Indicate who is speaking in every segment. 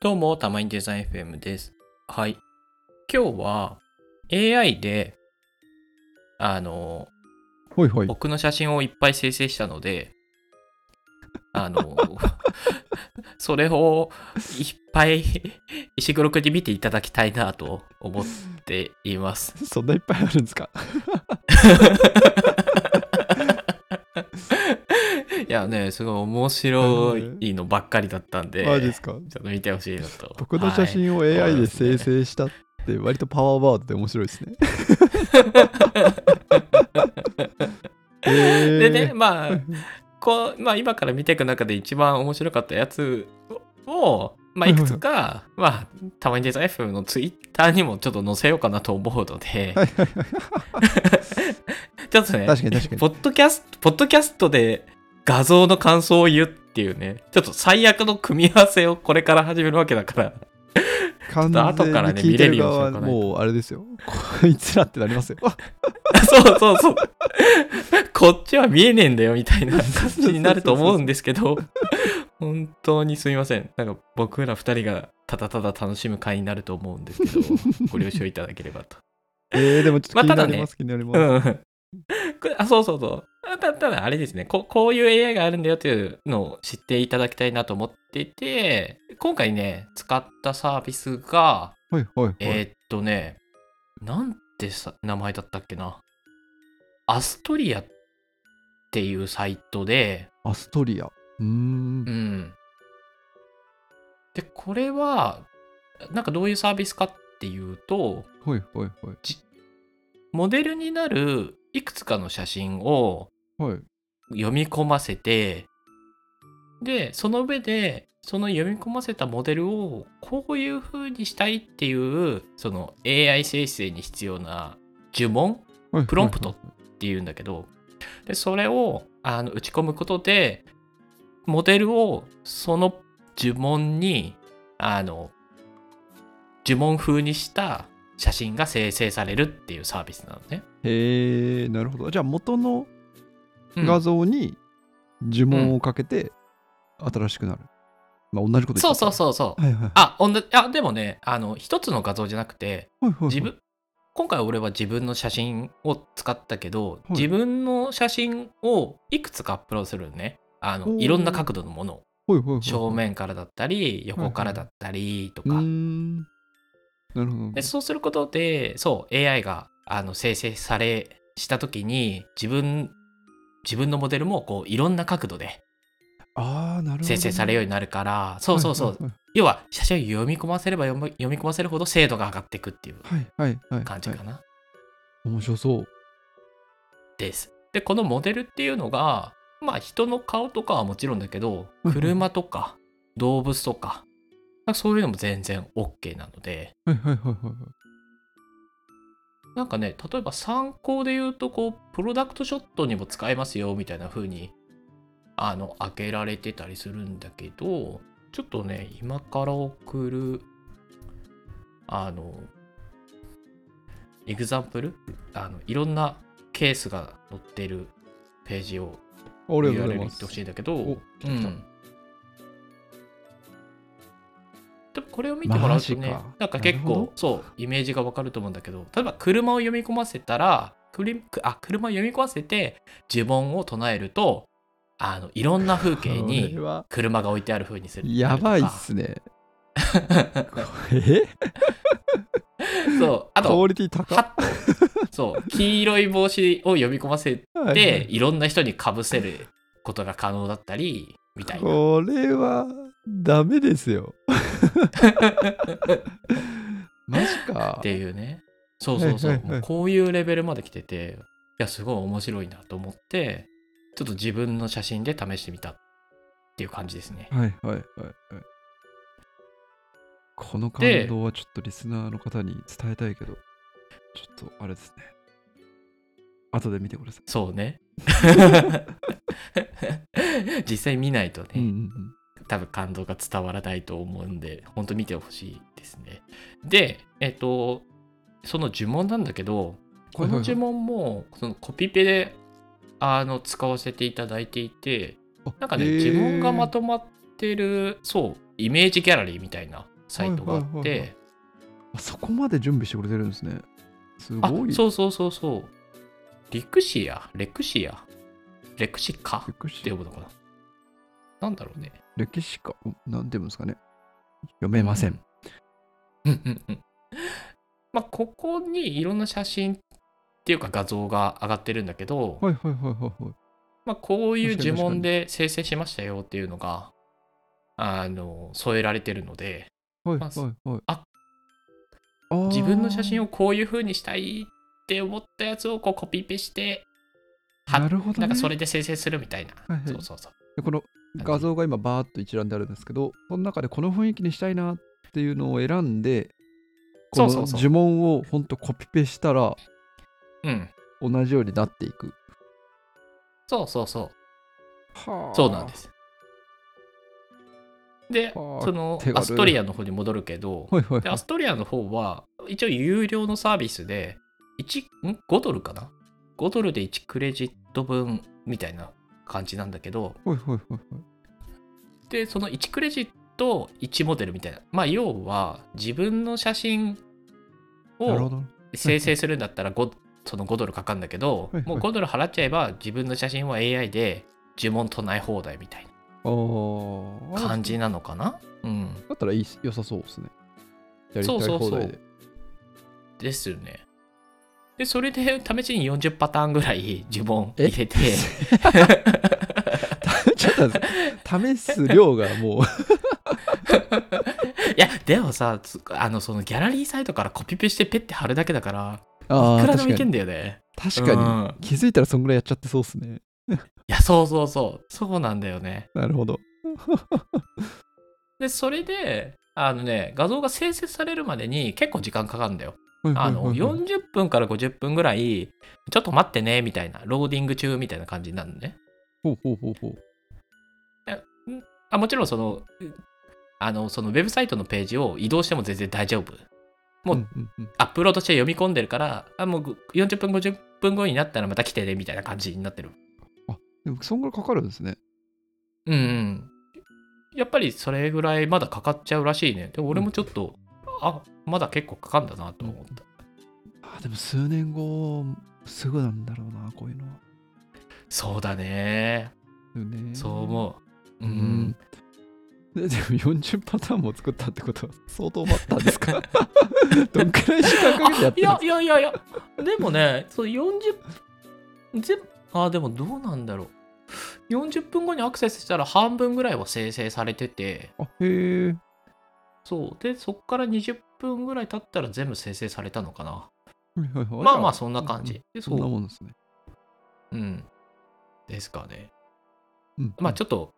Speaker 1: どうも、たまにデザイン FM です。はい。今日は AI で、あの、
Speaker 2: ほいほい。
Speaker 1: 僕の写真をいっぱい生成したので、あの、 それをいっぱい石黒くに見ていただきたいなと思っています。
Speaker 2: そんないっぱいあるんですか
Speaker 1: いやね、すごい面白いのばっかりだったんで、
Speaker 2: マジで
Speaker 1: ち
Speaker 2: すか
Speaker 1: ょっと見てほしいなと。
Speaker 2: 僕の写
Speaker 1: はい
Speaker 2: 真を AI で生成したって割とパワーワードで面白い ですね。え
Speaker 1: で
Speaker 2: ー
Speaker 1: ね、まあ、こうまあ、今から見ていく中で一番面白かったやつを、まあ、いくつか、まあ、たまにデザイン FM のツイッターにもちょっと載せようかなと思うので、
Speaker 2: はいはいはい
Speaker 1: ちょっとね、
Speaker 2: 確かに確かに
Speaker 1: ポ。ッドキャスト、ポッドキャストで画像の感想を言うっていうね、ちょっと最悪の組み合わせをこれから始めるわけだから、
Speaker 2: 完
Speaker 1: と後
Speaker 2: 全に
Speaker 1: からね
Speaker 2: 聞いてる側は
Speaker 1: 見れるようにしようかな
Speaker 2: もうあれですよ。こいつらってな りますよ。
Speaker 1: そうそうそう。こっちは見えねえんだよみたいな感じになると思うんですけど、本当にすみません。なんか僕ら二人がただただ楽しむ会になると思うんですけど、ご了承いただければと。
Speaker 2: えー、でもちょっと気
Speaker 1: まあ
Speaker 2: に
Speaker 1: た
Speaker 2: な
Speaker 1: だね
Speaker 2: ります、気になります。
Speaker 1: うん。これあそうそうそう。あたただあれですねこ、こういう AI があるんだよっていうのを知っていただきたいなと思ってて、今回ね、使ったサービスが、
Speaker 2: はいはいはい。
Speaker 1: えーっとね、なんてさ名前だったっけな。アストリアっていうサイトで、
Speaker 2: アストリア。うーん
Speaker 1: う。ん。で、これは、なんかどういうサービスかっていうと、
Speaker 2: はいはい
Speaker 1: モデルになるいくつかの写真を
Speaker 2: はい。はい。
Speaker 1: 読み込ませて、で、その上で、その読み込ませたモデルをこういう風にしたいっていう、その AI 生成に必要な呪文
Speaker 2: はい
Speaker 1: プロンプトっていうんだけどでそれをあの打ち込むことでモデルをその呪文にあの呪文風にした写真が生成されるっていうサービスなのね。
Speaker 2: へえ、なるほど。じゃあ元の
Speaker 1: うん
Speaker 2: 画像に呪文をかけて新しくなる。まあ同じこと言っちゃ
Speaker 1: そう
Speaker 2: った
Speaker 1: そうそうそう。
Speaker 2: はいはい。
Speaker 1: あ、おんなあでもねあの一つの画像じゃなくて
Speaker 2: はいはいはい
Speaker 1: 自分今回俺は自分の写真を使ったけど、
Speaker 2: い
Speaker 1: 自分の写真をいくつかアップロードするのねあ
Speaker 2: お
Speaker 1: の
Speaker 2: ー
Speaker 1: いろんな角度のものを。
Speaker 2: はいはいはい
Speaker 1: 正面からだったり横からだったりとか、
Speaker 2: うーんなるほど
Speaker 1: でそうすることでそう AI があの生成されした時に自分自分のモデルもこういろんな角度で
Speaker 2: ああなるほど
Speaker 1: 生成されるようになるから、そうそうそう、
Speaker 2: はい
Speaker 1: 要は写真を読み込ませれば読み読み込ませるほど精度が上がっていくっていう
Speaker 2: はいはいはいはい
Speaker 1: 感じかな、
Speaker 2: 面白そう
Speaker 1: ですでこのモデルっていうのがまあ人の顔とかはもちろんだけど
Speaker 2: うんうん
Speaker 1: 車とか動物とかそういうのも全然 OK なので
Speaker 2: はいはいはいはいはい
Speaker 1: なんかね、例えば参考で言うと、こう、プロダクトショットにも使えますよ、みたいな風に、あの、開けられてたりするんだけど、ちょっとね、今から送る、あの、エグザンプルあの、いろんなケースが載ってるページを
Speaker 2: ありがとうご
Speaker 1: URL
Speaker 2: ざい
Speaker 1: 言
Speaker 2: ま
Speaker 1: って
Speaker 2: す
Speaker 1: ほしいんだけど、
Speaker 2: お
Speaker 1: うん。でもこれを見てもらうとね
Speaker 2: マジか、
Speaker 1: なんか結
Speaker 2: なるほ
Speaker 1: 構
Speaker 2: ど
Speaker 1: そうイメージがわかると思うんだけど、例えば車を読み込ませたら、クリくあ車を読み込ませて呪文を唱えると、あのいろんな風景
Speaker 2: こ
Speaker 1: に
Speaker 2: れは
Speaker 1: 車が置いてある風にする。
Speaker 2: やばいっすねえ
Speaker 1: そう。 あ
Speaker 2: ク
Speaker 1: と
Speaker 2: オリティ高
Speaker 1: ハット、 そう黄色い帽子を読み込ませ
Speaker 2: って
Speaker 1: いろんな人にかぶせることが可能だったりみたいな。
Speaker 2: これはダメで すよマジか
Speaker 1: っていうねそうそうそう,、
Speaker 2: はいはいはい
Speaker 1: もうこういうレベルまで来てていやすごい面白いなと思ってちょっと自分の写真で試してみたっていう感じですね
Speaker 2: はいはいはいはい。この
Speaker 1: で
Speaker 2: 感動はちょっとリスナーの方に伝えたいけど、ちょっとあれですね。後で見てください。
Speaker 1: そうね 実際見ないとね、
Speaker 2: うんうんうん
Speaker 1: 多分感動が伝わらないと思うんで本当見てほしいですねでえっ、とその呪文なんだけどこの呪文もそのコピペであの使わせていただいていて
Speaker 2: あ
Speaker 1: なんかね、
Speaker 2: へー
Speaker 1: 呪文がまとまってる、そう、イメージギャラリーみたいなサイトがあっ
Speaker 2: はいはいはいはい
Speaker 1: て、
Speaker 2: あそこまで準備してくれてるんですね。す
Speaker 1: あ
Speaker 2: ごい。
Speaker 1: そうそうそうそう。リクシア、レクシア、レクシカっ
Speaker 2: 歴史
Speaker 1: て呼ぶのかな。なんだろうね。
Speaker 2: 歴史か。なんて言うんですかね。読めません。
Speaker 1: うんうんうん。 まあ、ここにいろんな写真っていうか画像が上がってるんだけど、
Speaker 2: はいはいはいはいはい。
Speaker 1: まあ、こういう
Speaker 2: 確か
Speaker 1: 呪
Speaker 2: に
Speaker 1: 文で生成しましたよっていうのが、あの、添えられてるので、
Speaker 2: はい
Speaker 1: まあ
Speaker 2: はいはい。
Speaker 1: あ
Speaker 2: あー
Speaker 1: 自分の写真をこういう風にしたいって思ったやつをこうコピペして、貼っ
Speaker 2: なるほど、ね。
Speaker 1: なんかそれで生成するみたいな。
Speaker 2: はいはい
Speaker 1: そうそうそう。
Speaker 2: でこの画像が今バーッと一覧であるんですけど、その中でこの雰囲気にしたいなっていうのを選んで、こ
Speaker 1: そう
Speaker 2: の
Speaker 1: そうそう
Speaker 2: 呪文をほんとコピペしたら
Speaker 1: うん。
Speaker 2: 同じようになっていく。
Speaker 1: そうそうそう。
Speaker 2: は
Speaker 1: そうなんです。で、
Speaker 2: はあ
Speaker 1: その
Speaker 2: 手軽
Speaker 1: アストリアの方に戻るけど、
Speaker 2: はいはい
Speaker 1: で
Speaker 2: はい
Speaker 1: ア。ストリアの方は一応有料のサービスで1ん5ドルかな5ドルで1クレジット分みたいな感じなんだけど
Speaker 2: はいはいはいはい。
Speaker 1: でその1クレジット1モデルみたいなまあ要は自分の写真
Speaker 2: なるほ
Speaker 1: を
Speaker 2: ど。
Speaker 1: 生成するんだったら 5, その5ドルかかるんだけど
Speaker 2: はいはい
Speaker 1: もう5ドル払っちゃえば自分の写真を AI で呪文唱え放題みたいな
Speaker 2: ああ。
Speaker 1: 感じなのかなうん
Speaker 2: だったらいいっす良さそうですね。やりた
Speaker 1: そ
Speaker 2: いう
Speaker 1: そうそう
Speaker 2: 放題で。
Speaker 1: ですよね。で、それで 試しに40パターンぐらい呪文入れて、
Speaker 2: ちょっと待って試す量がもう
Speaker 1: いや、でもさ、つあの、そのギャラリーサイトからコピペしてペッて貼るだけだから、
Speaker 2: あ
Speaker 1: い
Speaker 2: あ
Speaker 1: くらで
Speaker 2: 確
Speaker 1: もい
Speaker 2: か
Speaker 1: け
Speaker 2: に
Speaker 1: んだよね。
Speaker 2: 確かに、
Speaker 1: うん
Speaker 2: 気づいたらそんぐらいやっちゃってそうっすね
Speaker 1: いや、そうそうそう。そうなんだよね。
Speaker 2: なるほど
Speaker 1: で、それで、あのね、画像が生成されるまでに結構時間かかるんだよ。あ の、
Speaker 2: 4
Speaker 1: 40分から50分ぐらい、ちょっと待ってね、みたいな、ローディング中みたいな感じになるのね。
Speaker 2: ほうほうほうほう
Speaker 1: あもちろんその、うあの、そのウェブサイトのページを移動しても全然大丈夫。もうん
Speaker 2: うんうん
Speaker 1: アップロードして読み込んでるから、あもうぐ40分、50分後になったらまた来てね、みたいな感じになってる。
Speaker 2: でもそんぐらいかかるんですね
Speaker 1: うんうん。やっぱりそれぐらいまだかかっちゃうらしいね。でも俺もちょっと、あまだ結構かかんだなと思った。
Speaker 2: あでも数年後すぐなんだろうなこういうのは
Speaker 1: そうだね。
Speaker 2: だよね
Speaker 1: そう思う。う
Speaker 2: うんん。ででも40パターンも作ったってことは相当待ったんですか どんくらい時間かけてや
Speaker 1: あ
Speaker 2: っ
Speaker 1: い
Speaker 2: てる
Speaker 1: やいや
Speaker 2: んですか
Speaker 1: いやいや、でもね、そう40全部、あ、でもどうなんだろう。40分後にアクセスしたら半分ぐらいは生成されてて、
Speaker 2: あへえ
Speaker 1: そう。で、そっから20分ぐらい経ったら全部生成されたのかな。ま
Speaker 2: ま
Speaker 1: あまあ、そんな感じ。で
Speaker 2: そんな
Speaker 1: そ
Speaker 2: もんですね
Speaker 1: う。うん。ですかね。
Speaker 2: うん
Speaker 1: まあ、ちょっと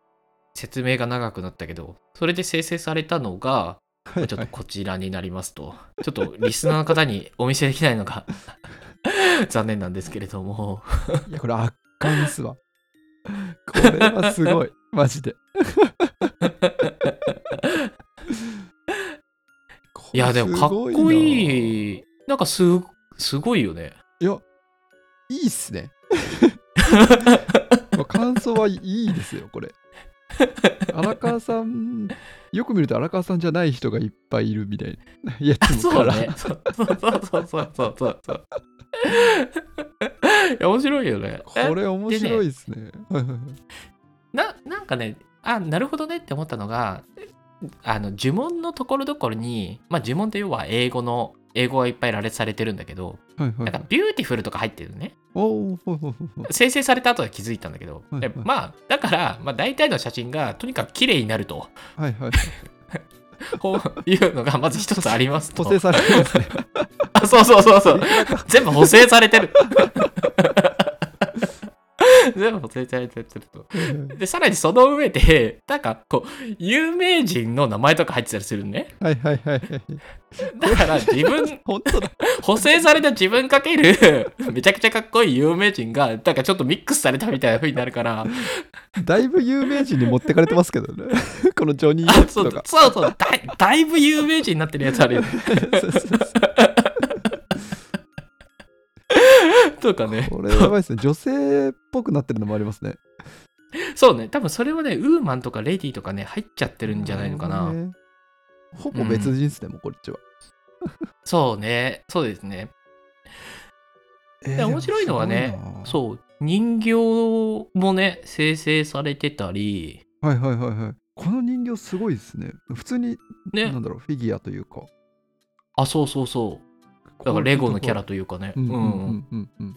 Speaker 1: 説明が長くなったけど、それで生成されたのが、
Speaker 2: はいはい
Speaker 1: ちょっとこちらになりますと、ちょっとリスナーの方にお見せできないのが 残念なんですけれども、
Speaker 2: いや、これ圧巻ですわ。これは すごい。マジで。
Speaker 1: いや、でもかっこ
Speaker 2: い。
Speaker 1: いい、なんかすすごいよね。
Speaker 2: いや、いいっす ね。まあ感想はいいですよ、これ。荒川さん、よく見ると荒川さんじゃない人がいっぱいいるみたいな。いや、でも
Speaker 1: そう
Speaker 2: から
Speaker 1: だね。そうそうそうそうそうそうそう。いや、面白いよね。え
Speaker 2: これ面白いっすね。はいはいはい
Speaker 1: ななんかねあなるほどねって思ったのがあの呪文のところどころに、まあ、呪文って要は英語の英語がいっぱい羅列されてるんだけど
Speaker 2: は
Speaker 1: な
Speaker 2: いは
Speaker 1: いん
Speaker 2: は
Speaker 1: か
Speaker 2: い。
Speaker 1: ビューティフルとか入ってるのね
Speaker 2: おーほいほいほいほい
Speaker 1: 生成された後で気づいたんだけど、
Speaker 2: はいはい
Speaker 1: でまあだから、まあ、大体の写真がとにかく綺麗になると
Speaker 2: はい はい。
Speaker 1: こういうのがまず一つありますと
Speaker 2: 補正されてますね。
Speaker 1: あ そうそうそうそう全部補正されてる 全部補正されてるとでさらにその上でなんかこう有名人の名前とか入ってたりするのね
Speaker 2: はいはいはいはい。
Speaker 1: だから自 分
Speaker 2: 本当だ。
Speaker 1: 補正された自分かけるめちゃくちゃかっこいい有名人がなんかちょっとミックスされたみたいな風になるから
Speaker 2: だいぶ有名人に持ってかれてますけどね。 このジョニー・
Speaker 1: あ
Speaker 2: デッ
Speaker 1: そ
Speaker 2: プ
Speaker 1: う
Speaker 2: とか。
Speaker 1: そうそうだいだいぶ有名人になってるやつあるよ ね
Speaker 2: そうそうそ
Speaker 1: とかね
Speaker 2: う これやばいですね。女性っぽくなってるのもありますね。
Speaker 1: そうね多分それはねウーマンとかレディとかね入っちゃってるんじゃないのかな
Speaker 2: るほぼ別人っすね、もうこっちは。
Speaker 1: そうね。そうですね。
Speaker 2: えー
Speaker 1: で面白いのはね、
Speaker 2: う。
Speaker 1: そう。人形もね、生成されてたり、
Speaker 2: はいはいはいはい。この人形すごいですね。普通に、
Speaker 1: ね
Speaker 2: なんだろう、フィギュアというか。
Speaker 1: あ、そうそうそう。だからレゴのキャラ
Speaker 2: と
Speaker 1: というかね。
Speaker 2: うんう
Speaker 1: うん
Speaker 2: んうんうんうん。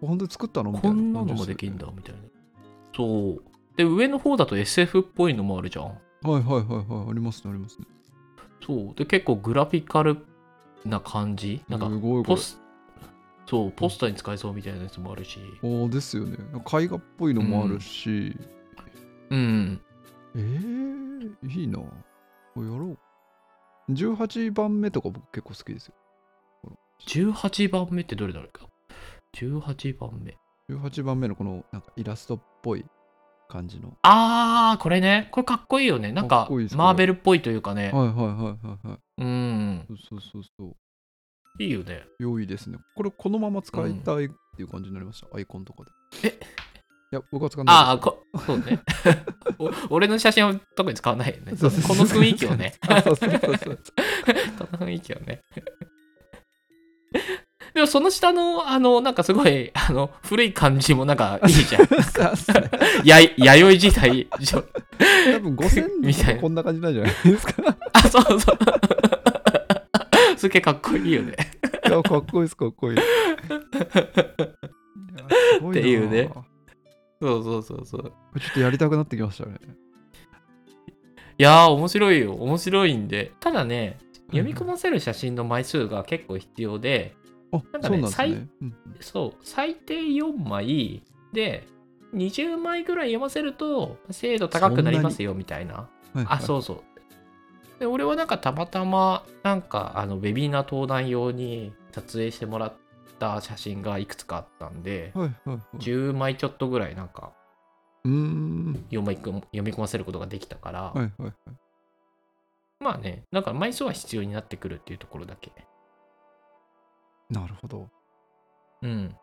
Speaker 2: 本当に作ったのみたい
Speaker 1: こ
Speaker 2: な。
Speaker 1: んなのもできんだ。みたいな。そう。で、上の方だと SF っぽいのもあるじゃん。
Speaker 2: はいはいはいはい。ありますね、ありますね。
Speaker 1: そう。で、結構グラフィカルな感じ。なんか
Speaker 2: す、ごいこ
Speaker 1: ポ
Speaker 2: れ。
Speaker 1: ス、そう、ポスターに使えそうみたいなやつもあるし。
Speaker 2: おーですよね。絵画っぽいのもあるし。
Speaker 1: うん。
Speaker 2: ええー、いいな。これやろう。18番目とか僕結構好きですよ。
Speaker 1: 18番目ってどれだろうか ?18 番目。
Speaker 2: 18番目のこのなんかイラストっぽい感じの。
Speaker 1: あー、これね。これかっこいいよね。なん
Speaker 2: かっ
Speaker 1: か、
Speaker 2: こいいですこれ
Speaker 1: マーベルっぽいというかね。
Speaker 2: はいはいはいはいはい。
Speaker 1: うん。
Speaker 2: そうそうそうそう。
Speaker 1: いいよね。
Speaker 2: 良いですね。これこのまま使いたいっていう感じになりました。アイコンとかで。
Speaker 1: え
Speaker 2: いや、僕は使わないです。
Speaker 1: あー、こ、そうね。 お俺の写真は特に使わないよね。
Speaker 2: そうそ
Speaker 1: こ
Speaker 2: う
Speaker 1: の雰囲気を ね。
Speaker 2: あそうそうそうそう。
Speaker 1: この雰囲気をね。 でもその下の、あの、なんかすごい、あの、古い感じもなんかいい じゃん。
Speaker 2: そうっす ね
Speaker 1: やい、弥生時代じゃん。
Speaker 2: 多分5000
Speaker 1: みたい
Speaker 2: 年
Speaker 1: な
Speaker 2: こんな感じなんじゃないですか。
Speaker 1: あ、そうそう。 すげえかっこいいよね。
Speaker 2: いや、かっこいいです、かっ こいい。いやすごな
Speaker 1: っていうねそうそうそうそう。
Speaker 2: これちょっとやりたくなってきましたね。
Speaker 1: いやー、面白いよ。面白いんで。ただね、読み込ませる写真の枚数が結構必要で、
Speaker 2: あ、
Speaker 1: なんかね
Speaker 2: そうなんです
Speaker 1: 最
Speaker 2: ね。うん
Speaker 1: そう、最低4枚で、20枚ぐらい読ませると、精度高くなりますよ、みたい な。
Speaker 2: はいはい
Speaker 1: あ、そうそう。で俺はなんかたまたま、なんかあのウェビナー登壇用に撮影してもらった写真がいくつかあったんで、
Speaker 2: はいはいはい。
Speaker 1: 10枚ちょっとぐらいなんか
Speaker 2: うーん。
Speaker 1: 読み込む読み込ませることができたから、
Speaker 2: はいはいはい。
Speaker 1: まあね、なんか枚数は必要になってくるっていうところだけ。
Speaker 2: なるほど。
Speaker 1: うん。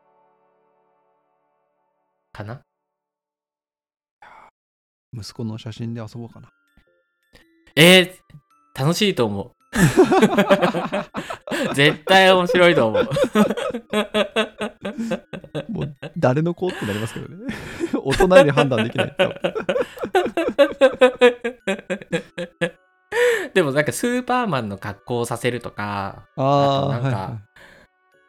Speaker 1: かな
Speaker 2: 息子の写真で遊ぼう かな。
Speaker 1: えー、楽しいと思 う。絶対面白いと思う。
Speaker 2: もう誰の子ってなりますけどね。 大人に判断できない。多分
Speaker 1: でもなんかスーパーマンの格好をさせるとか、
Speaker 2: あ ー
Speaker 1: あとなんか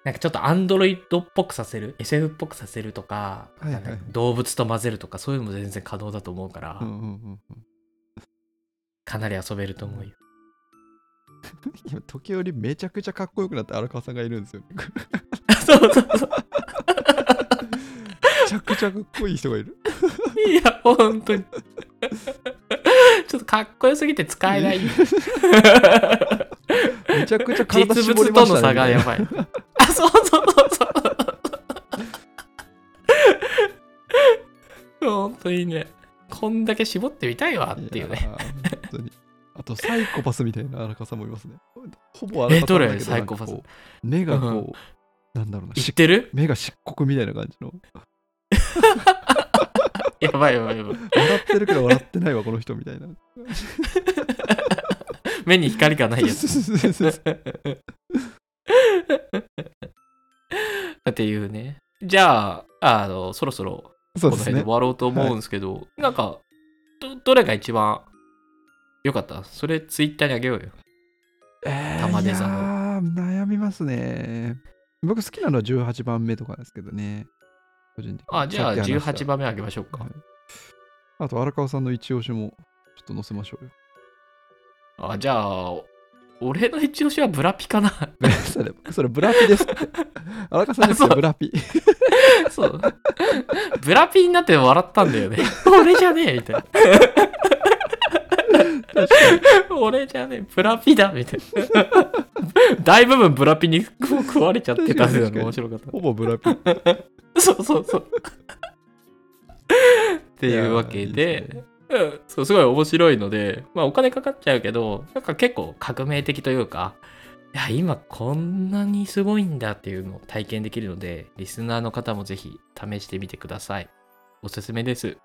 Speaker 1: なんかちょっとアンドロイドっぽくさせる、SF っぽくさせるとか、
Speaker 2: はいはい
Speaker 1: なんか動物と混ぜるとか、そういうのも全然可能だと思うから、
Speaker 2: はいはいうんうんうんうん
Speaker 1: かなり遊べると思うよ。
Speaker 2: 今時折めちゃくちゃかっこよくなった荒川さんがいるんですよ。
Speaker 1: そうそうそう。
Speaker 2: めちゃくちゃかっこいい人 がいる。
Speaker 1: いや、本 当に。ちょっとかっこよすぎて使え ない。
Speaker 2: めちゃくちゃ体
Speaker 1: 実
Speaker 2: 絞り
Speaker 1: 物
Speaker 2: ま
Speaker 1: と
Speaker 2: し
Speaker 1: の
Speaker 2: たね。
Speaker 1: 差が やばい。あ、そうそうそうそう。本当にね、こんだけ絞ってみたいわっていうね。
Speaker 2: やー。本当に。あと、サイコパスみたいな荒川さんもいますね。ほぼ荒
Speaker 1: え
Speaker 2: 川さんだけど
Speaker 1: どれ
Speaker 2: なんか
Speaker 1: サイコパス
Speaker 2: こう目がこう、なんだろうな、
Speaker 1: 言っ
Speaker 2: して
Speaker 1: る
Speaker 2: 目が漆黒みたいな感じの。
Speaker 1: やばいやばいやばい。
Speaker 2: 笑ってるけど笑ってないわ、この人みたいな。
Speaker 1: 目に光がないや つ。
Speaker 2: そ
Speaker 1: っていうね。じゃあ、あの、そろそろ
Speaker 2: う
Speaker 1: こ
Speaker 2: で
Speaker 1: の
Speaker 2: す
Speaker 1: 辺で
Speaker 2: ね
Speaker 1: 終。わろうと思うんですけど、なんかど、どれが一番良かったそれツイッターにあげようよ。
Speaker 2: えー
Speaker 1: 玉出
Speaker 2: い
Speaker 1: さんの
Speaker 2: やー悩みますね。僕好きなのは18番目とかですけどね。個人的に
Speaker 1: あ、じゃあ
Speaker 2: さっき話した
Speaker 1: 18番目あげましょうか。
Speaker 2: あと、荒川さんの一押しもちょっと載せましょうよ。
Speaker 1: あ、じゃあ、俺の一押しはブラピかな。
Speaker 2: それ、それブラピですって。荒川さんです
Speaker 1: あ
Speaker 2: よ、
Speaker 1: そう
Speaker 2: ブラピ。
Speaker 1: そう。 ブラピになって笑ったんだよね。 俺じゃねえみたいな。 俺じゃねえ、ブラピだみたいな。 大部分ブラピに食われちゃってたんだよね。面
Speaker 2: 確
Speaker 1: 白かった。
Speaker 2: ほぼブラピ。っ
Speaker 1: そうそうそう。って
Speaker 2: て
Speaker 1: いうわけで。うんそうすごい面白いので、まあ、お金かかっちゃうけどなんか結構革命的というかいや今こんなにすごいんだっていうのを体験できるのでリスナーの方もぜひ試してみてくださいおすすめです